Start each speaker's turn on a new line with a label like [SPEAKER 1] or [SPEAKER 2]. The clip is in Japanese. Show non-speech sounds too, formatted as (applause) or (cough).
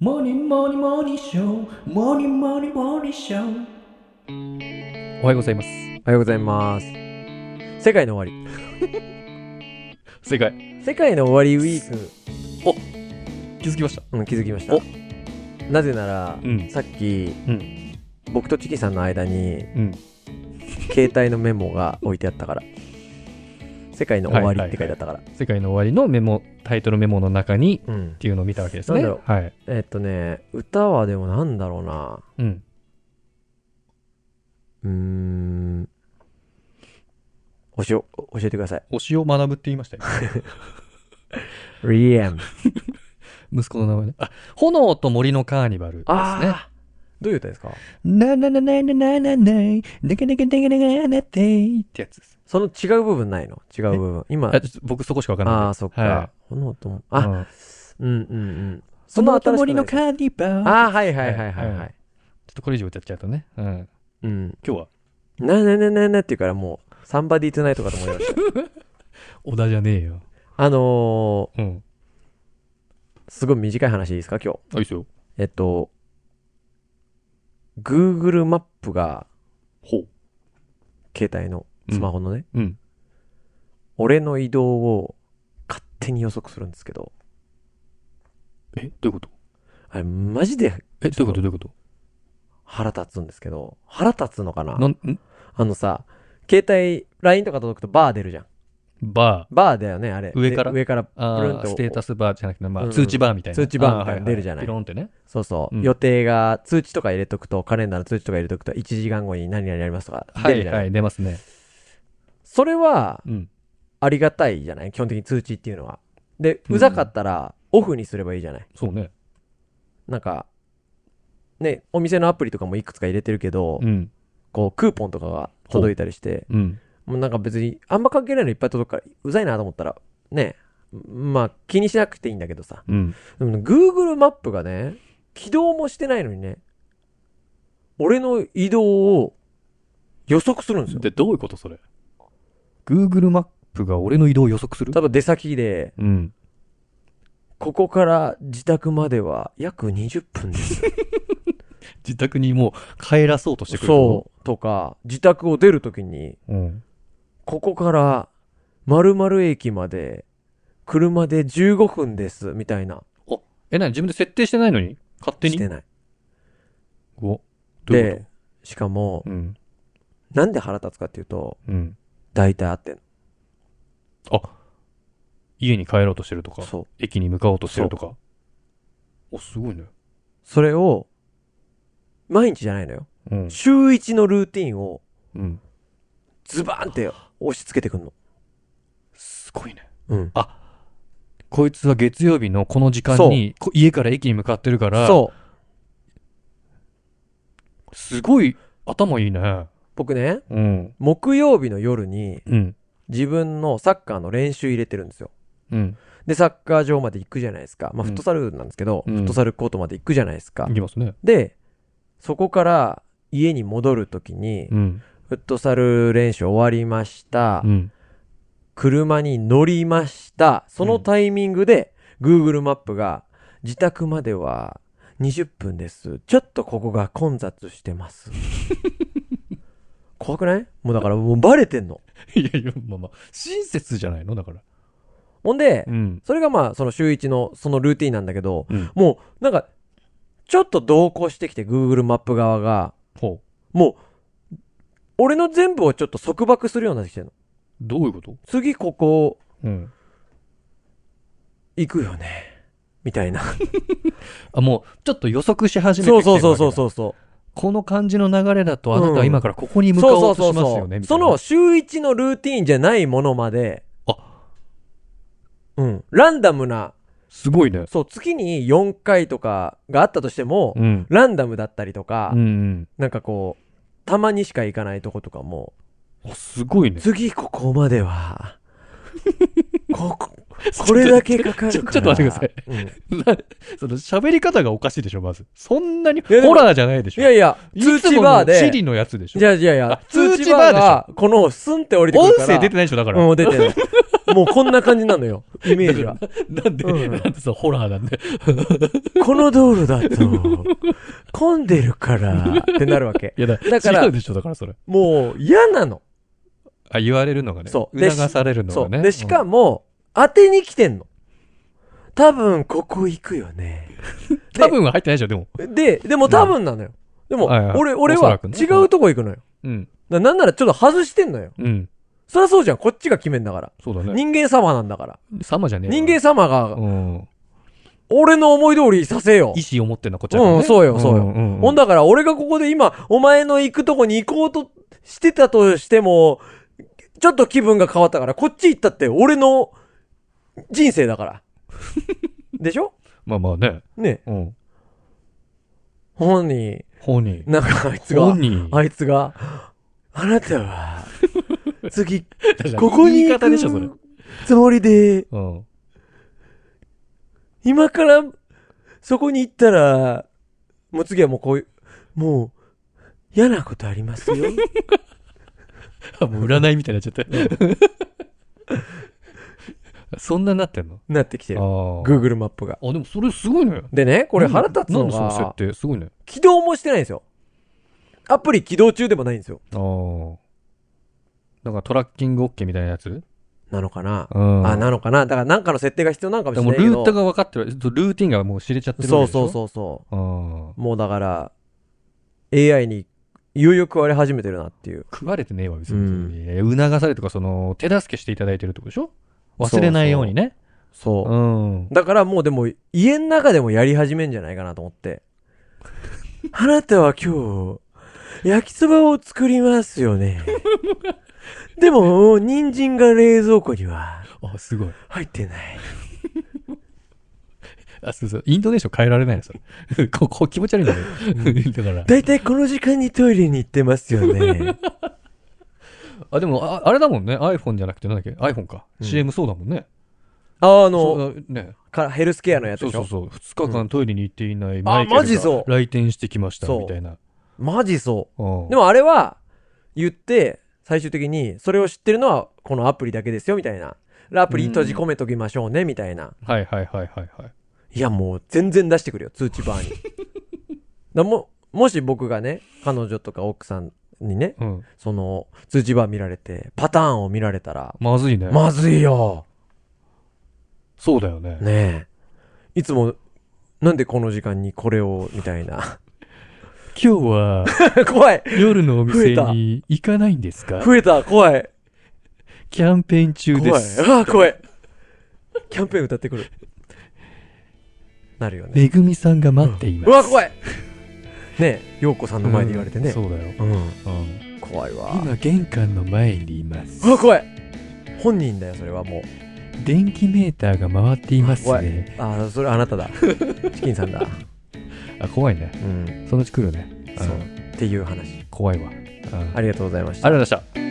[SPEAKER 1] モーニンモーニモーニショーモーニンモーニモーニショーおはようございます
[SPEAKER 2] おはようございます。世界の終わ
[SPEAKER 1] 正解
[SPEAKER 2] り。世界の終わりウィー
[SPEAKER 1] 気づきました
[SPEAKER 2] ク、うん、気づきました
[SPEAKER 1] お。
[SPEAKER 2] なぜなら、
[SPEAKER 1] うん
[SPEAKER 2] さっき、
[SPEAKER 1] うん
[SPEAKER 2] 僕とチキさんの間に、
[SPEAKER 1] うん
[SPEAKER 2] 携帯のメモが置いてあったから。世界の終わりって書いてあったから。
[SPEAKER 1] 世界の終わりのメモタイトルメモの中に
[SPEAKER 2] うん
[SPEAKER 1] っ。ていうのを見たわけですね
[SPEAKER 2] なんだろ
[SPEAKER 1] はい
[SPEAKER 2] えっとね、歌はでもなんだろうな。
[SPEAKER 1] うん
[SPEAKER 2] うーん。教え教えてください。
[SPEAKER 1] 推しを学ぶって言いましたよ
[SPEAKER 2] リエム。
[SPEAKER 1] 息子の名前ねあ炎と森のカーニバルです
[SPEAKER 2] ああ、
[SPEAKER 1] ね
[SPEAKER 2] どういう歌ですか
[SPEAKER 1] なななななななななかなかなかなかなってってやつです
[SPEAKER 2] その違う部分ないの違う部分。今、
[SPEAKER 1] あちょっと僕そこしかわかんない
[SPEAKER 2] ああ、そっか。
[SPEAKER 1] は
[SPEAKER 2] 炎とも。
[SPEAKER 1] あ
[SPEAKER 2] あ、うんうんうん。
[SPEAKER 1] その後森の
[SPEAKER 2] ー
[SPEAKER 1] カーニバル
[SPEAKER 2] ああ、はいはいはいはい
[SPEAKER 1] は
[SPEAKER 2] はいい。
[SPEAKER 1] ちょっとこれ以上歌っちゃうとねうん
[SPEAKER 2] うん。
[SPEAKER 1] 今日は
[SPEAKER 2] なななななっていうからもう、サンバディトゥナイトかと思いました。 (laughs)
[SPEAKER 1] 小田じゃねえよ
[SPEAKER 2] あの
[SPEAKER 1] うん
[SPEAKER 2] ー、すごい短い話いいですか今
[SPEAKER 1] あ
[SPEAKER 2] 日。
[SPEAKER 1] いいっすよ
[SPEAKER 2] えっと、Google マップが、
[SPEAKER 1] ほう
[SPEAKER 2] 携帯の、スマホのね、
[SPEAKER 1] うん
[SPEAKER 2] 俺の移動を勝手に予測するんですけど、
[SPEAKER 1] えどういうこと
[SPEAKER 2] あれ、マジで
[SPEAKER 1] えどういうことどういうこ
[SPEAKER 2] 腹立つんですけど、腹立つのかな
[SPEAKER 1] となんん
[SPEAKER 2] あのさ、携帯、LINE とか届くとバー出るじゃん。
[SPEAKER 1] バー
[SPEAKER 2] バーだよね、あれ。
[SPEAKER 1] 上から
[SPEAKER 2] で上から、
[SPEAKER 1] あ
[SPEAKER 2] ブルン
[SPEAKER 1] ー
[SPEAKER 2] と
[SPEAKER 1] ステータスバーじゃなくて、ま
[SPEAKER 2] う
[SPEAKER 1] あ、
[SPEAKER 2] ん
[SPEAKER 1] 通知バーみたいな。
[SPEAKER 2] 通知バーみたいな
[SPEAKER 1] あはは
[SPEAKER 2] 出るじゃない
[SPEAKER 1] ピロンってね。
[SPEAKER 2] そうそう、
[SPEAKER 1] うん
[SPEAKER 2] 予定が、通知とか入れとくと、カレンダーの通知とか入れとくと、1時間後に何々やりますとか
[SPEAKER 1] は
[SPEAKER 2] 出る
[SPEAKER 1] い
[SPEAKER 2] じゃない、
[SPEAKER 1] はい、出ますね。
[SPEAKER 2] それは、
[SPEAKER 1] うん。
[SPEAKER 2] ありがたいじゃない基本的に通知っていうのは。で、
[SPEAKER 1] うん
[SPEAKER 2] うざかったら、オフにすればいいじゃない
[SPEAKER 1] そうね。
[SPEAKER 2] なんか、ね、お店のアプリとかもいくつか入れてるけど、
[SPEAKER 1] うん。
[SPEAKER 2] こう、クーポンとかが届いたりして、
[SPEAKER 1] うん。
[SPEAKER 2] もうなんか別に、あんま関係ないのいっぱい届くから、うざいなと思ったら、ね、まあ、気にしなくていいんだけどさ。
[SPEAKER 1] うん。
[SPEAKER 2] でもね Google マップがね、起動もしてないのにね、俺の移動を予測するんですよ。
[SPEAKER 1] で、どういうことそれ ?Google マップが俺の移動を予測する
[SPEAKER 2] ただ出先で、
[SPEAKER 1] うん。
[SPEAKER 2] ここから自宅までは約20
[SPEAKER 1] (laughs)
[SPEAKER 2] 分です。
[SPEAKER 1] 自宅にもう帰らそうとしてくる。
[SPEAKER 2] そう。とか、自宅を出るときに、
[SPEAKER 1] う。うん。
[SPEAKER 2] ここから〇〇駅まで、車で15分です、みたいな。
[SPEAKER 1] え、なに自分で設定してないのに勝手
[SPEAKER 2] し
[SPEAKER 1] に
[SPEAKER 2] てない。
[SPEAKER 1] おどういうこ
[SPEAKER 2] で、しかも
[SPEAKER 1] と、うん。
[SPEAKER 2] なんで腹立つかっていうと、
[SPEAKER 1] うん。
[SPEAKER 2] 大体合ってん
[SPEAKER 1] あ、家に帰ろうとしてるとか
[SPEAKER 2] の。、そう。
[SPEAKER 1] 駅に向かおうとしてるとか。お、すごいね。
[SPEAKER 2] それを、毎日じゃないのよ。
[SPEAKER 1] うん。
[SPEAKER 2] 週一のルーティンを
[SPEAKER 1] うん。
[SPEAKER 2] ズバーンって押し付けてくんの。
[SPEAKER 1] すごいね。
[SPEAKER 2] うん。
[SPEAKER 1] こいつは月曜日のこの時間にこ家から駅に向かってるから、
[SPEAKER 2] そう。
[SPEAKER 1] すごい頭いいね。
[SPEAKER 2] 僕ね、
[SPEAKER 1] うん。
[SPEAKER 2] 木曜日の夜に
[SPEAKER 1] うん。
[SPEAKER 2] 自分のサッカーの練習入れてるんですよ。
[SPEAKER 1] うん。
[SPEAKER 2] で、サッカー場まで行くじゃないですか。まあ、
[SPEAKER 1] うん
[SPEAKER 2] フットサルなんですけど、
[SPEAKER 1] うん
[SPEAKER 2] フットサルコートまで行くじゃないですか。
[SPEAKER 1] いきますね。
[SPEAKER 2] で、そこから家に戻るときに、
[SPEAKER 1] うん。
[SPEAKER 2] フットサル練習終わりました。
[SPEAKER 1] うん。
[SPEAKER 2] 車に乗りました。そのタイミングで、Google マップが、自宅までは20分です。ちょっとここが混雑し
[SPEAKER 1] (laughs)
[SPEAKER 2] てます。怖くないもうだからもうバレてんの。
[SPEAKER 1] いやいや、まあまあ、親切じゃないのだから。
[SPEAKER 2] ほんで、
[SPEAKER 1] ん。
[SPEAKER 2] それがまあ、その週一のそのルーティンなんだけど、
[SPEAKER 1] うん。
[SPEAKER 2] もう、なんか、ちょっと同行してきて Google マップ側が、
[SPEAKER 1] ほう。
[SPEAKER 2] もう、俺の全部をちょっと束縛するようになってきてるの。
[SPEAKER 1] どういうこと
[SPEAKER 2] 次ここ
[SPEAKER 1] うん。
[SPEAKER 2] 行くよね。みたいな。
[SPEAKER 1] あ、もう、ちょっと予測し始めて
[SPEAKER 2] そう
[SPEAKER 1] きてる
[SPEAKER 2] そう
[SPEAKER 1] わけだ
[SPEAKER 2] そうそうそうそう。
[SPEAKER 1] この感じの流れだと、あなたは
[SPEAKER 2] うん
[SPEAKER 1] 今からここに向かお
[SPEAKER 2] そう
[SPEAKER 1] うと
[SPEAKER 2] そう
[SPEAKER 1] しますよ
[SPEAKER 2] そう
[SPEAKER 1] ね、
[SPEAKER 2] そう。
[SPEAKER 1] みた
[SPEAKER 2] そ
[SPEAKER 1] いな。
[SPEAKER 2] の、週一のルーティーンじゃないものまで、
[SPEAKER 1] あ、
[SPEAKER 2] うん。ランダムな、
[SPEAKER 1] すごいね。
[SPEAKER 2] そう、月に4回とかがあったとしても、
[SPEAKER 1] うん。
[SPEAKER 2] ランダムだったりとか、
[SPEAKER 1] うん。
[SPEAKER 2] なんかこう、たまにしか行かないとことかも、
[SPEAKER 1] あ、すごいね。
[SPEAKER 2] 次ここまで
[SPEAKER 1] (laughs)
[SPEAKER 2] は、ここ、これだけかかるから。
[SPEAKER 1] ちょちょっと待ってください
[SPEAKER 2] うん。い
[SPEAKER 1] な (laughs) その、喋り方がおかしいでしょ、まず。そんなに、
[SPEAKER 2] やでも
[SPEAKER 1] ホラーじゃないでしょ。
[SPEAKER 2] やいや、通
[SPEAKER 1] いつも
[SPEAKER 2] 知
[SPEAKER 1] の
[SPEAKER 2] バー
[SPEAKER 1] シ
[SPEAKER 2] で、
[SPEAKER 1] リのやつでしょ
[SPEAKER 2] じ。ゃあいやいや
[SPEAKER 1] あ、
[SPEAKER 2] 通
[SPEAKER 1] 通
[SPEAKER 2] 知
[SPEAKER 1] 知
[SPEAKER 2] バ
[SPEAKER 1] バ
[SPEAKER 2] ー
[SPEAKER 1] ー
[SPEAKER 2] が、この、スンって降りてく
[SPEAKER 1] 音
[SPEAKER 2] るから。
[SPEAKER 1] 声出てないでしょ、だから。
[SPEAKER 2] うん、出てない。もうこんな感じなのよ、イメージは。
[SPEAKER 1] なんで、
[SPEAKER 2] うん
[SPEAKER 1] なんでそのホラーなんで。
[SPEAKER 2] この道路だ (laughs) と、混んでるから、ってなるわけ。
[SPEAKER 1] いやだ、
[SPEAKER 2] だから
[SPEAKER 1] 違うでしょ、だからそれ。
[SPEAKER 2] もう嫌なの。
[SPEAKER 1] あ、言われるのがね。
[SPEAKER 2] そうで
[SPEAKER 1] 促されるの
[SPEAKER 2] そう。
[SPEAKER 1] がね。
[SPEAKER 2] で、しかも、当てに来てんの。多分、ここ行くよね。
[SPEAKER 1] うん、多分は入ってないでしょ、でも。
[SPEAKER 2] で、でも多分なのよ。でも
[SPEAKER 1] はいは、い
[SPEAKER 2] 俺、俺
[SPEAKER 1] おそら
[SPEAKER 2] は
[SPEAKER 1] くね
[SPEAKER 2] 違うとこ行くのよ。
[SPEAKER 1] うん。
[SPEAKER 2] だなんならちょっと外してんのよ。
[SPEAKER 1] うん。
[SPEAKER 2] そりゃそうじゃん。こっちが決めんだから。
[SPEAKER 1] そうだね。
[SPEAKER 2] 人間様なんだから。
[SPEAKER 1] 様じゃねえ
[SPEAKER 2] 人間様が、
[SPEAKER 1] うん。
[SPEAKER 2] 俺の思い通りさせよ。
[SPEAKER 1] 意思を持ってんのはこっちだからね
[SPEAKER 2] うんそうよそうよ
[SPEAKER 1] んんん
[SPEAKER 2] ほんだから、俺がここで今、お前の行くとこに行こうとしてたとしても、ちょっと気分が変わったから、こっち行ったって俺の人生
[SPEAKER 1] (laughs)
[SPEAKER 2] だから。でしょ
[SPEAKER 1] まあまあね。
[SPEAKER 2] ね
[SPEAKER 1] うん。
[SPEAKER 2] 本に、
[SPEAKER 1] 本人。
[SPEAKER 2] なんかあいつが
[SPEAKER 1] 本、人。
[SPEAKER 2] あいつが、あなたは、
[SPEAKER 1] (laughs)
[SPEAKER 2] 次、
[SPEAKER 1] だから
[SPEAKER 2] ここに
[SPEAKER 1] 言い
[SPEAKER 2] 行
[SPEAKER 1] 方でしょ、それ。
[SPEAKER 2] くつもりで、
[SPEAKER 1] うん。
[SPEAKER 2] 今から、そこに行ったら、もう次はもうこういう、もう、嫌なことあります
[SPEAKER 1] (laughs)
[SPEAKER 2] よ。
[SPEAKER 1] あもう占いみたいになっちゃって。そんなになってんの
[SPEAKER 2] なってきてる。
[SPEAKER 1] ああ。
[SPEAKER 2] Google マップが。
[SPEAKER 1] あ、でもそれすごいね。
[SPEAKER 2] でね、これ腹立つ
[SPEAKER 1] な
[SPEAKER 2] の
[SPEAKER 1] んでその
[SPEAKER 2] が
[SPEAKER 1] 設、定すごいね。
[SPEAKER 2] 起動もしてないんですよ。アプリ起動中でもないんですよ。
[SPEAKER 1] ああ。なんかトラッキング OK みたいなやつ
[SPEAKER 2] なのかな、
[SPEAKER 1] うん
[SPEAKER 2] あ、なのかなだからなんかの設定が必要なのかも
[SPEAKER 1] で
[SPEAKER 2] しれ
[SPEAKER 1] も
[SPEAKER 2] ない
[SPEAKER 1] ル
[SPEAKER 2] け
[SPEAKER 1] ー
[SPEAKER 2] ど。
[SPEAKER 1] トが分かってる。ずっとルーティンがもう知れちゃってる
[SPEAKER 2] そうそう
[SPEAKER 1] う。
[SPEAKER 2] そうそ
[SPEAKER 1] ああ。
[SPEAKER 2] う。もうだから、AI にいよいよ食われ始めてるなっていう。
[SPEAKER 1] 食われてねえわ、別
[SPEAKER 2] うん
[SPEAKER 1] に。え促されるとか、その、手助けしていただいてるってことでしょ忘れないようにね。
[SPEAKER 2] そう。
[SPEAKER 1] うん。
[SPEAKER 2] だからもうでも、家の中でもやり始めんじゃないかなと思って。 (laughs) あなたは今日、焼きそばを作りますよ
[SPEAKER 1] (laughs)
[SPEAKER 2] ね。でも、人参が冷蔵庫には
[SPEAKER 1] あ、すごい。
[SPEAKER 2] 入ってない。
[SPEAKER 1] あ、そうそう。インドネーション変えられないの、それ。 (laughs) ここ気持ち悪いんだよ。 (laughs) だから。
[SPEAKER 2] だいたいこの時間にトイレに行ってますよ
[SPEAKER 1] (laughs)
[SPEAKER 2] ね。
[SPEAKER 1] あ、でも、ああれだもんね。iPhone じゃなくて、なんだっけ ?iPhone か。
[SPEAKER 2] うん
[SPEAKER 1] CM そうだもんね。
[SPEAKER 2] あ
[SPEAKER 1] そ
[SPEAKER 2] の、
[SPEAKER 1] うだね。
[SPEAKER 2] からヘルスケアのやつ
[SPEAKER 1] そ
[SPEAKER 2] で
[SPEAKER 1] う
[SPEAKER 2] し
[SPEAKER 1] そ
[SPEAKER 2] ょ
[SPEAKER 1] うそう。2日間トイレに行っていない
[SPEAKER 2] あ
[SPEAKER 1] マイケル
[SPEAKER 2] マジそ
[SPEAKER 1] が
[SPEAKER 2] う
[SPEAKER 1] 来店してきました、
[SPEAKER 2] そう
[SPEAKER 1] みたいな。
[SPEAKER 2] マジそ
[SPEAKER 1] うん
[SPEAKER 2] う。でもあれは、言って、最終的に、それを知ってるのはこのアプリだけですよ、みたいな。アプリ閉じ込めときましょうね、みたいな。
[SPEAKER 1] はいはいはいはいはい。
[SPEAKER 2] いや、もう全然出してくるよ、通知バーに。
[SPEAKER 1] (laughs)
[SPEAKER 2] だも、もし僕がね、彼女とか奥さんにね、
[SPEAKER 1] うん。
[SPEAKER 2] その、通知バー見られて、パターンを見られたら、
[SPEAKER 1] まずいね。
[SPEAKER 2] まずいよ
[SPEAKER 1] そうだよね。
[SPEAKER 2] ねえ。いつも、なんでこの時間にこれを、みたいな。
[SPEAKER 1] 今日は
[SPEAKER 2] 怖い
[SPEAKER 1] 夜のお店
[SPEAKER 2] 増えた
[SPEAKER 1] に行かないんですか
[SPEAKER 2] 増えた怖い
[SPEAKER 1] キャンペーン中で
[SPEAKER 2] 怖い
[SPEAKER 1] す。
[SPEAKER 2] ああ、怖いキャンペーン歌ってくる。なるよね。
[SPEAKER 1] めぐみさんが待っています。
[SPEAKER 2] うわ、怖いねえ、陽子さんの前で言われて
[SPEAKER 1] う
[SPEAKER 2] ね
[SPEAKER 1] ん。そうだよ。
[SPEAKER 2] うん。
[SPEAKER 1] うん
[SPEAKER 2] 怖いわ。
[SPEAKER 1] 今、玄関の前にいます。
[SPEAKER 2] うわ怖い本人だよそれはもう
[SPEAKER 1] 電気メーターが回っています
[SPEAKER 2] 怖い、
[SPEAKER 1] ね。
[SPEAKER 2] ああそれあなただチキンさんだ
[SPEAKER 1] あ、怖いね。
[SPEAKER 2] うん
[SPEAKER 1] そのうち来るね。
[SPEAKER 2] そう
[SPEAKER 1] うん
[SPEAKER 2] っていう話
[SPEAKER 1] 怖いわ。うんありがとう
[SPEAKER 2] ありがとうございました
[SPEAKER 1] ございました。